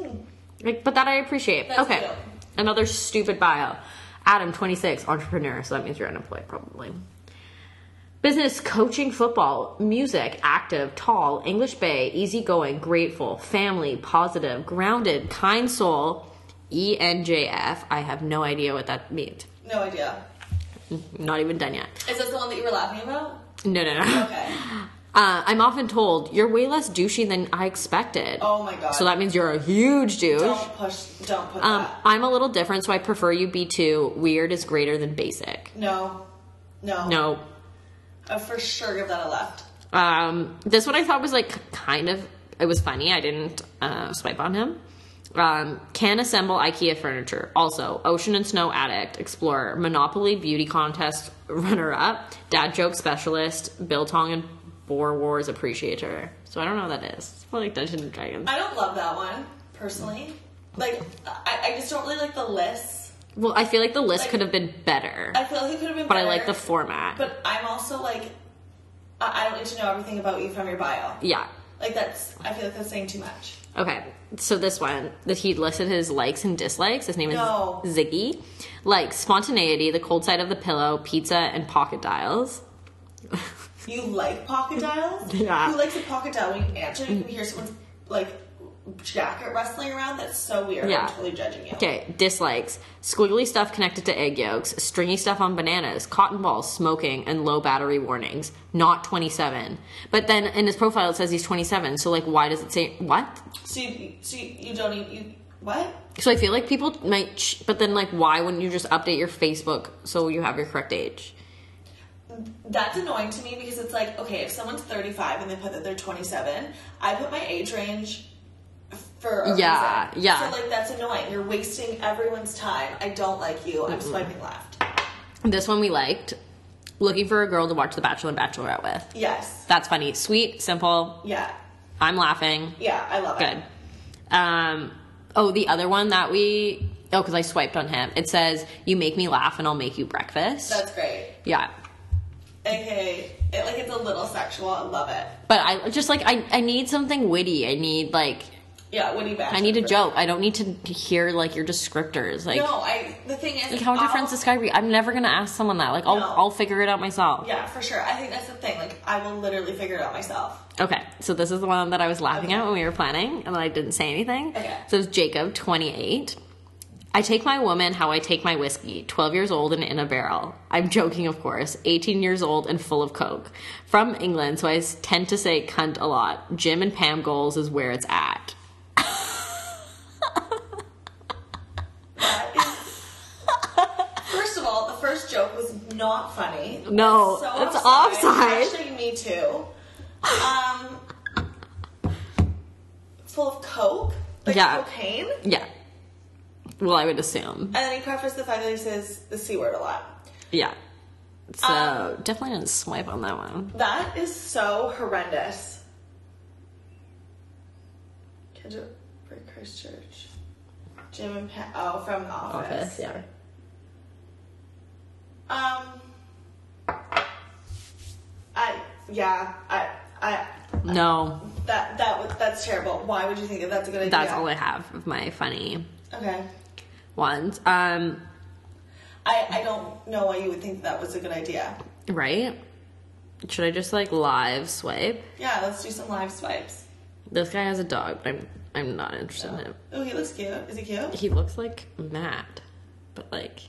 like but that i appreciate Mm. That's okay cute. another stupid bio adam 26 entrepreneur so that means you're unemployed probably Business, coaching, football, music, active, tall, English Bay, easygoing, grateful, family, positive, grounded, kind soul, E ENJF. I have no idea what that means. No idea. Not even done yet. Is this the one that you were laughing about? No, no, no. Okay. Uh, I'm often told you're way less douchey than I expected. Oh my god. So that means you're a huge douche. don't push. Don't put Um, that. I'm a little different, so I prefer you be too. Weird is greater than basic. No. No. No. I for sure give that a left. Um, this one I thought was like kind of it was funny. I didn't uh, swipe on him. Um, can assemble IKEA furniture. Also, ocean and snow addict, explorer, monopoly beauty contest runner up, dad joke specialist, biltong and boar wars appreciator. So I don't know what that is. It's probably like Dungeons and Dragons. I don't love that one personally. Like, I, I just don't really like the lists. Well, I feel like the list could have been better, I feel like it could have been. but I better, like the format. But I'm also like, I, I don't need to know everything about you from your bio. yeah. Like that's. I feel like that's saying too much. Okay, so this one that he listed his likes and dislikes. His name is No. Ziggy. Like spontaneity, the cold side of the pillow, pizza, and pocket dials. You like pocket dials? Yeah. (laughs) Who likes a pocket dial? When you answer, you can hear someone's like jacket wrestling around. That's so weird. Yeah. I'm totally judging you. Okay, dislikes. Squiggly stuff connected to egg yolks, stringy stuff on bananas, cotton balls, smoking, and low battery warnings. Not 27. But then in his profile it says he's 27, so like why does it say what? So you, so you, you don't even you what? So I feel like people might ch- but then like why wouldn't you just update your Facebook so you have your correct age? That's annoying to me because it's like okay, if someone's 35 and they put that they're 27, I put my age range for a Yeah, reason. yeah. So like that's annoying. You're wasting everyone's time. I don't like you. I'm swiping left. This one we liked. Looking for a girl to watch The Bachelor and Bachelorette with. Yes. That's funny. Sweet, simple. Yeah. I'm laughing. Yeah. I love it. Good. Um, oh, the other one that we oh, because I swiped on him. It says, "You make me laugh, and I'll make you breakfast." That's great. yeah, Okay. It, like it's a little sexual. I love it. but I just like I I need something witty. I need like Yeah. Woody Bachelor. I need a joke. I don't need to hear like your descriptors. Like, No, I. The thing is, like how would your friends I'll- describe you? I'm never gonna ask someone that. Like, I'll No. I'll figure it out myself. Yeah, for sure. I think that's the thing. Like, I will literally figure it out myself. Okay, so this is the one that I was laughing Okay. at when we were planning, and I didn't say anything. Okay. So it's Jacob, 28. I take my woman how I take my whiskey, 12 years old and in a barrel. I'm joking, of course, 18 years old and full of coke. From England, so I s- tend to say cunt a lot. Jim and Pam Goals is where it's at. That is- first of all, the first joke was not funny. No, That's it's offside. Actually, me too. Um, full of coke, like Yeah. cocaine, Yeah. Well, I would assume. and then he prefaced the fact that he says the c word a lot. Yeah. So Um, definitely didn't swipe on that one. That is so horrendous. Kendra for Christchurch, Jim and Pat. Oh, from Office, yeah. Um, I yeah I I No, that that was that's terrible. Why would you think that that's a good idea? that's all I have of my funny Okay, ones. Um, I I don't know why you would think that was a good idea. Right? Should I just like live swipe? Yeah, let's do some live swipes. This guy has a dog, but I'm I'm not interested in him. Oh, he looks cute. Is he cute? He looks like Matt, but like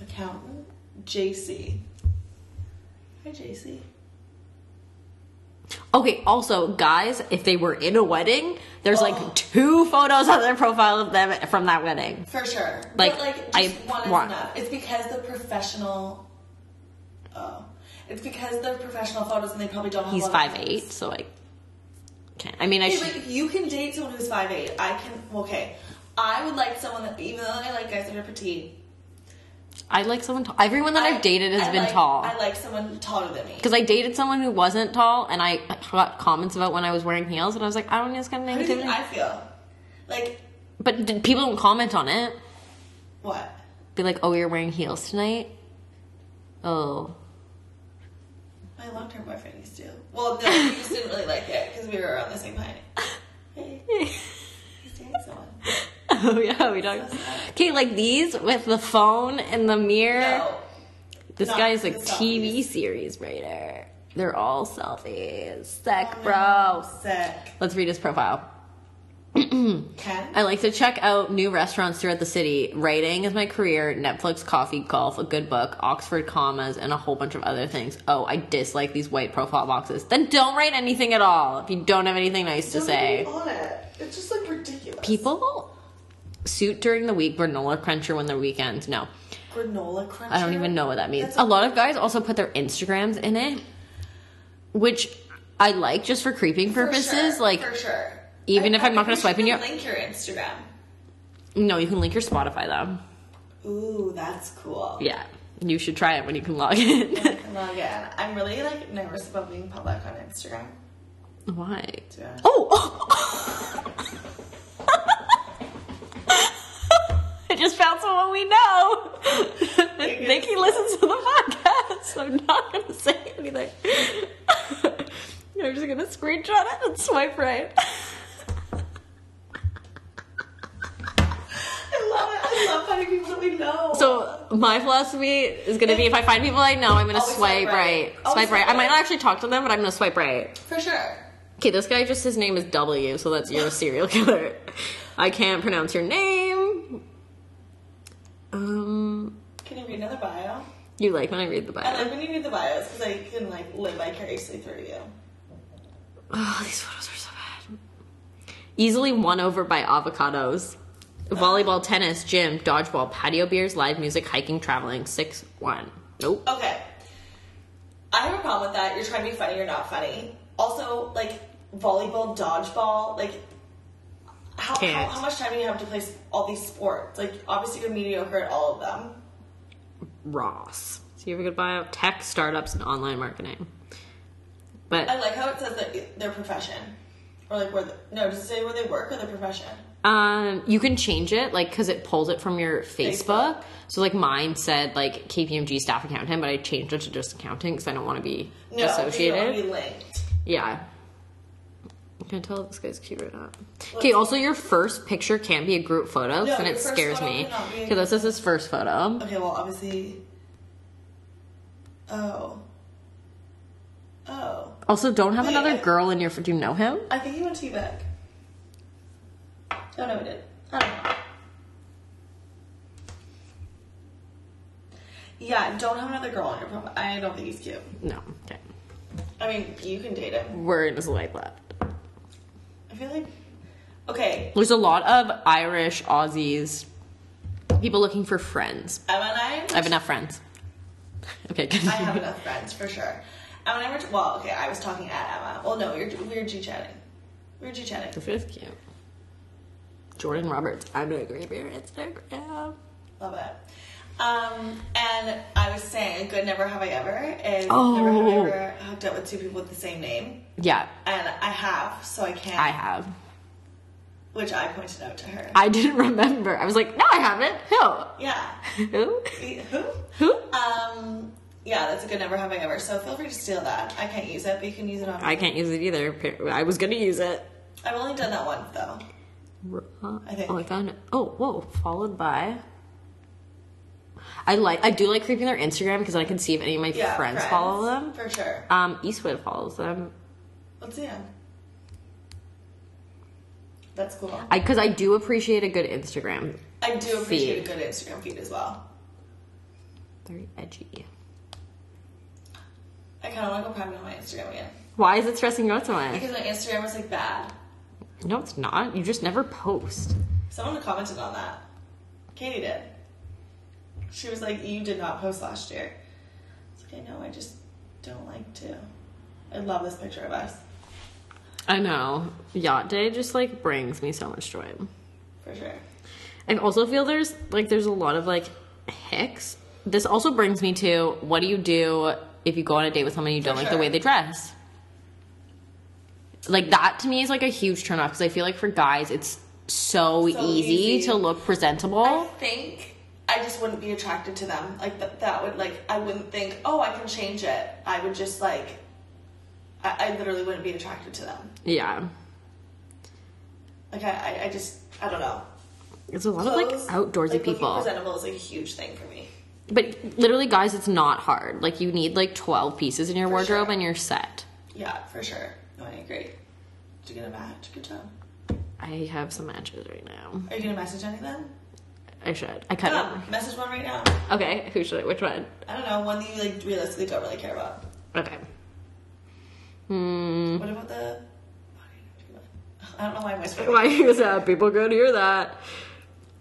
Accountant JC. Hi JC. okay. Also, guys, if they were in a wedding, there's (gasps) like two photos on their profile of them from that wedding. For sure. Like, but like just I one is want- enough. It's because the professional. Oh, it's because they're professional photos and they probably don't. have He's a lot of five eight, so like. Okay, I mean, I Hey, should. but you can date someone who's 5'8". I can okay. I would like someone that even though I like guys that are petite. I like someone. Tall. Everyone that I, I- have dated has I been like- tall. I like someone taller than me. because I dated someone who wasn't tall, and I got comments about when I was wearing heels, and I was like, I don't need this kind of How do you think negativity. I feel? Like but d- people don't comment on it. what? be like, "Oh, you're wearing heels tonight." Oh, (laughs) My long term boyfriend used to. Well, no, he just didn't really like it because we were around the same height. (laughs) Hey, he's dating someone. oh yeah, we don't. Okay, like these with the phone and the mirror. No, this not guy is a the TV series writer. They're all selfies. Sick, Oh, bro. sick. Let's read his profile. Ken. I like to check out new restaurants throughout the city. Writing is my career. Netflix, coffee, golf, a good book, Oxford commas, and a whole bunch of other things. Oh, I dislike these white profile boxes. Then don't write anything at all if you don't have anything nice to Don't say. be on it. It's just like ridiculous. People suit during the week, granola cruncher when they're weekends. No, Granola crunch. I don't even know what that means. That's A lot of guys also put their Instagrams in it, which I like just for creeping For purposes. sure, like, for sure. even if I'm not gonna think we swipe in should your- link your Instagram. no, you can link your Spotify though. Ooh, that's cool. Yeah, you should try it when you can log in. (laughs) Well, yeah, I'm really like nervous about being public on Instagram. Why? To be honest. Oh! (laughs) I just found someone we know. Nikki listens to the podcast. so I'm not going to say anything. (laughs) I'm just going to screenshot it and swipe right. I love it. I love finding people that we know. So my philosophy is going to be if I find people I know, I'm going to Always swipe swipe right. right. Always Swipe right. swipe I might right. not actually talk to them, but I'm going to swipe right. for sure, Okay, this guy just his name is W, so that's your serial (laughs) killer. I can't pronounce your name. Um, Can you read another bio? you like when I read the I bio? like when you read the bios because I can like live vicariously through you. Oh, these photos are so bad. Easily won over by avocados. Volleyball, tennis, gym, dodgeball, patio beers, live music, hiking, traveling. Six one. Nope. Okay. I have a problem with that. You're trying to be funny, you're not funny. Also, like volleyball, dodgeball, like how, how, Can't. how much time do you have to play s- all these sports? Like obviously you're mediocre at all of them. Ross. So you have a good bio. Tech, startups, and online marketing. But I like how it says that their profession. Or like where the, no, does it say where they work or their profession? Um, you can change it, like, because it pulls it from your Facebook. Facebook. So, like, mine said like KPMG staff accountant, but I changed it to just accounting because I don't want to be No, you don't associated. want to be linked. Yeah. I can tell if this guy's cute or not. Okay, also, your first picture can't be a group photo, No, and your it first scares photo me. cannot be a Okay, this is his first photo. Okay, well obviously Oh. Oh. Also, don't have Wait, another I- girl in your. Do you know him? I think he went to Quebec. Oh no, he did. I don't know. Yeah, don't have another girl on your profile. I don't think he's cute. No. Okay. I mean, you can date him. We're in his light left. I feel like okay. There's a lot of Irish, Aussies, people looking for friends. Emma and I I. have enough friends. (laughs) Okay, good. I have enough friends for sure. Emma and I were t- well. Okay, I was talking at Emma. Well, no, you're, we were G chatting. We were G chatting. Fifth cute. Jordan Roberts. I'm gonna agree with your Instagram. Love it. Um, and I was saying, a good never have I ever is never have I Oh. ever hooked up with two people with the same name. Yeah, And I have, so I can't. I have. Which I pointed out to her. I didn't (laughs) remember. I was like, no, I haven't. yeah. (laughs) E, Who? Who? Who? Who? Um, yeah, that's a good never having ever. So feel free to steal that. I can't use it, but you can use it on. I can't use it either. I was gonna use it. I've only done that once though. I think. Oh, I found it. Oh, whoa. Followed by. I like. I do like creeping their Instagram because I can see if any of my Yeah, friends, follow them. for sure. Um, Eastwood follows them. Let's see him. That's cool. I because I do appreciate a good Instagram. I do appreciate Feed. a good Instagram feed as well. Very edgy. I kind of want to go private on my Instagram again Why is it stressing you out so much? because my Instagram was like bad. No, it's not. You just never post. Someone commented on that. Katie did. She was like, "You did not post last year." It's like I know. I just don't like to. I love this picture of us I know. Yacht day just like brings me so much joy. for sure. I also feel there's like there's a lot of like hicks. This also brings me to what do you do if you go on a date with someone you don't like the sure. way they dress? Like that to me is like a huge turnoff because I feel like for guys it's so, So easy, easy. to look presentable. I think I just wouldn't be attracted to them. Like th- that would like I wouldn't think, "Oh, I can change it." I would just like. I, I literally wouldn't be attracted to them. yeah. Like I, I, I just I don't know. It's a lot Clothes, of like outdoorsy like, looking people. Presentable is a huge thing for me. But literally, guys, it's not hard. Like you need like twelve pieces in your For wardrobe sure. and you're set. Yeah, for sure. No, I agree. Did you get a match? Good job. I have some matches right now. Are you gonna message any of them? I should. I cut Come, it. message one right now. Okay, who should I? Which one? I don't know, one that you like realistically don't really care about. Okay. Hmm. What about the? I don't know why I'm whispering. Why (laughs) is that? People gonna hear that.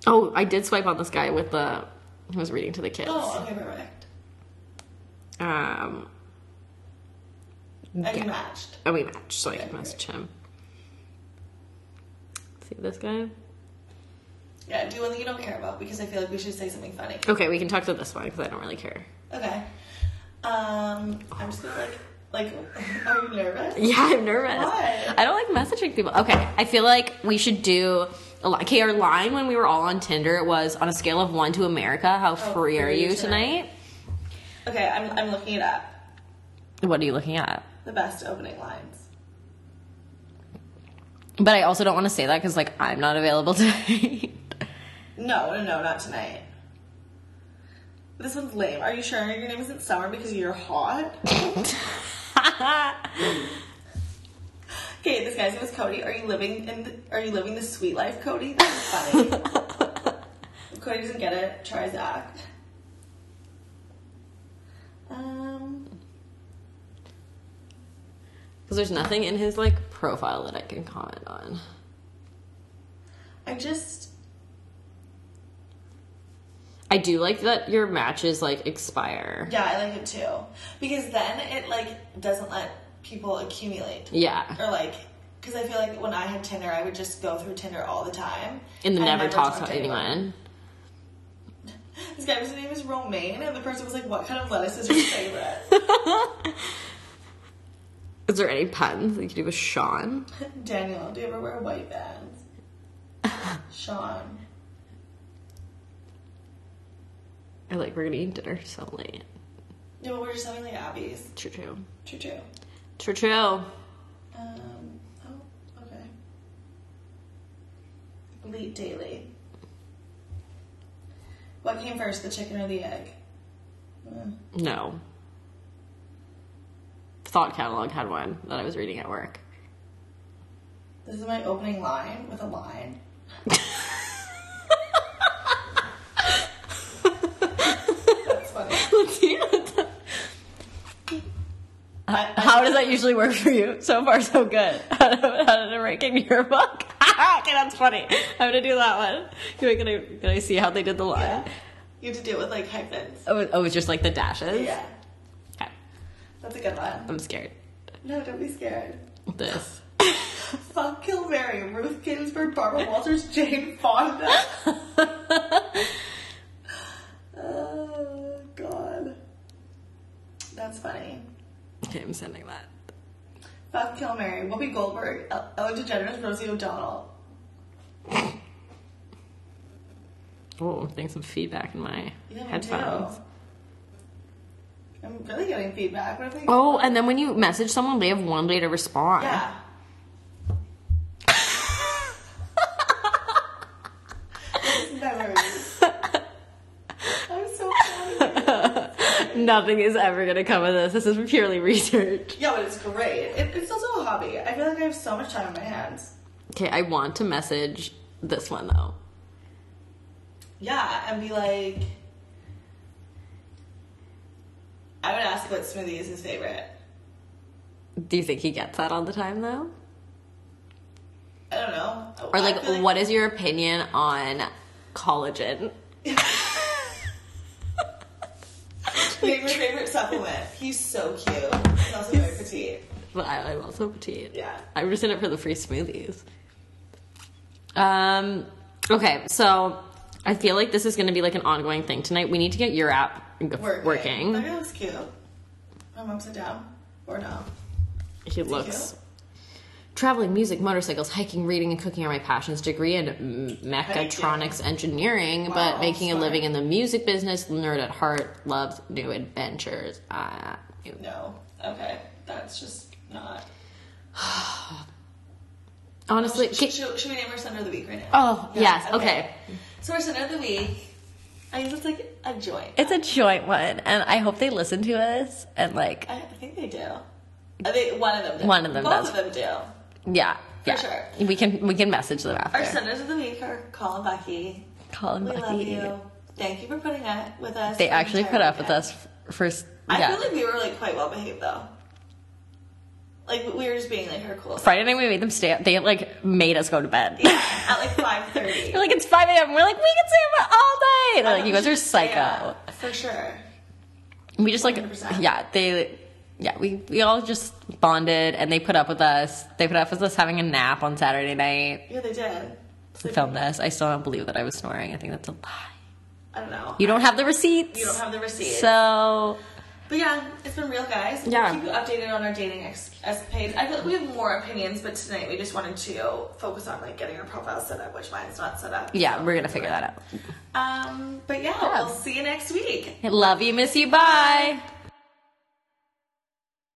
Oh, I did swipe on this guy with the. He was reading to the kids. Oh, okay, perfect. Um, And Yeah. you matched. and we matched, so I Okay, could great. message him. See this guy? Yeah, do one that you don't care about because I feel like we should say something funny. Okay, we can talk to this one because I don't really care. Okay. Um, I'm just gonna like, (laughs) like, are you nervous? Yeah, (laughs) I'm nervous. Why? I don't like messaging people. Okay, I feel like we should do. a li- Okay, our line when we were all on Tinder was on a scale of one to America. How free are free you tonight. tonight? Okay, I'm I'm looking it up. What are you looking at? The best opening lines. But I also don't want to say that because like I'm not available (laughs) tonight. No, no, no, not tonight. This one's lame. Are you sure your name (laughs) isn't Summer because you're hot? Okay, this guy's name is Cody. Are you living in? The, are you living the sweet life, Cody? That's (laughs) funny. Cody doesn't get it. Try Zach. Um, Because there's nothing in his like profile that I can comment on. I just I do like that your matches like expire. yeah, I like it too because then it like doesn't let people accumulate Yeah. or like because I feel like when I had Tinder, I would just go through Tinder all the time And then I never, talk talked to anyone. This guy's name is Romaine, and the person was like, "What kind of lettuce is your favorite?" (laughs) Is there any puns that you could do with Sean? Daniel, do you ever wear white bands? Sean. I like we're gonna eat dinner so late. No, but we're just having like Abby's. True true. True, true. True true. Um, oh, okay. Elite Daily. What came first, the chicken or the egg? Uh, No. Thought catalog had one that I was reading at work. This is my opening line with a line. That's funny. Let's see. what the- I- I- Uh, How does that usually work for you? So far, so good. (laughs) How did, how did it rank in your book? (laughs) okay, that's funny. I'm gonna do that one. Can I, can I, can I see how they did the line? Yeah. You have to do it with like hyphens. Oh, it- oh, it's just like the dashes? Yeah, Okay, that's a good one. I'm scared. No, don't be scared. This. Fuck, kill Mary, Ruth Ginsburg, Barbara Walters, (laughs) Jane Fonda. oh God, that's funny. Okay, I'm sending that. Fuck, kill Mary, Whoopi Goldberg, El- Ellen DeGeneres, Rosie O'Donnell. Oh, I'm getting some feedback in my Yeah, me headphones. too. I'm really getting feedback. What if we? Oh, and then when you message someone, they have one day to respond. Yeah. (laughs) Those memories. I'm so proud of you. Nothing is ever gonna come of this. This is purely research. Yeah, but it's great. It, it's also a hobby. I feel like I have so much time on my hands. Okay, I want to message this one though. Yeah, and be like, I would ask what smoothie is his favorite. Do you think he gets that all the time though? I don't know. Or I like, feel (laughs) what is your opinion on (laughs) collagen? Name your favorite supplement. He's so cute. He's also very petite. But I, I'm also petite. Yeah. I'm just in it for the free smoothies. Um. Okay, so I feel like this is going to be like an ongoing thing tonight. We need to get your app g- Working. working. That guy looks cute. I'm upside down. Or no. He looks. Traveling, music, motorcycles, hiking, reading, and cooking are my passions. Degree in m- mechatronics engineering, Wow, but making smart. a living in the music business. Nerd at heart, loves new adventures. Uh, No. Okay. That's just not. honestly, Should, should, should we name our center of the week right now? Oh, yes, okay. So our center of the week, I guess it's like a joint. it's a joint one, and I hope they listen to us and like I, I think they do. I think one of them. Does. One of them Both does. of them do. Yeah. For yeah. sure. We can we can message them after. Our centers of the week are Colin Bucky. Call them We Bucky. love you. Thank you for putting up with us. They the actually entire put up with weekend. us f- for s- I yeah. feel like we were like quite well behaved though. Like we were just being like her (laughs) cool. Friday night we made them stay up. They like made us go to bed. at (laughs) like five thirty. They're like it's 5 a.m. We're like we can stay up all night. They're like you guys are psycho. for sure. We just like 100%. yeah they yeah we we all just bonded and they put up with us. They put up with us having a nap on Saturday night. Yeah, they did. to film this. I still don't believe that I was snoring. I think that's a lie. I don't know. You don't have the receipts. You don't have the receipt. So But yeah, it's been real, guys. Yeah. We'll keep you updated on our dating ex- ex- page. I feel like we have more opinions, but tonight we just wanted to focus on like getting our profile set up, which mine's not set up. yeah, we're gonna figure that out. Um, but yeah, Yeah. we'll see you next week. Love you, miss you, bye.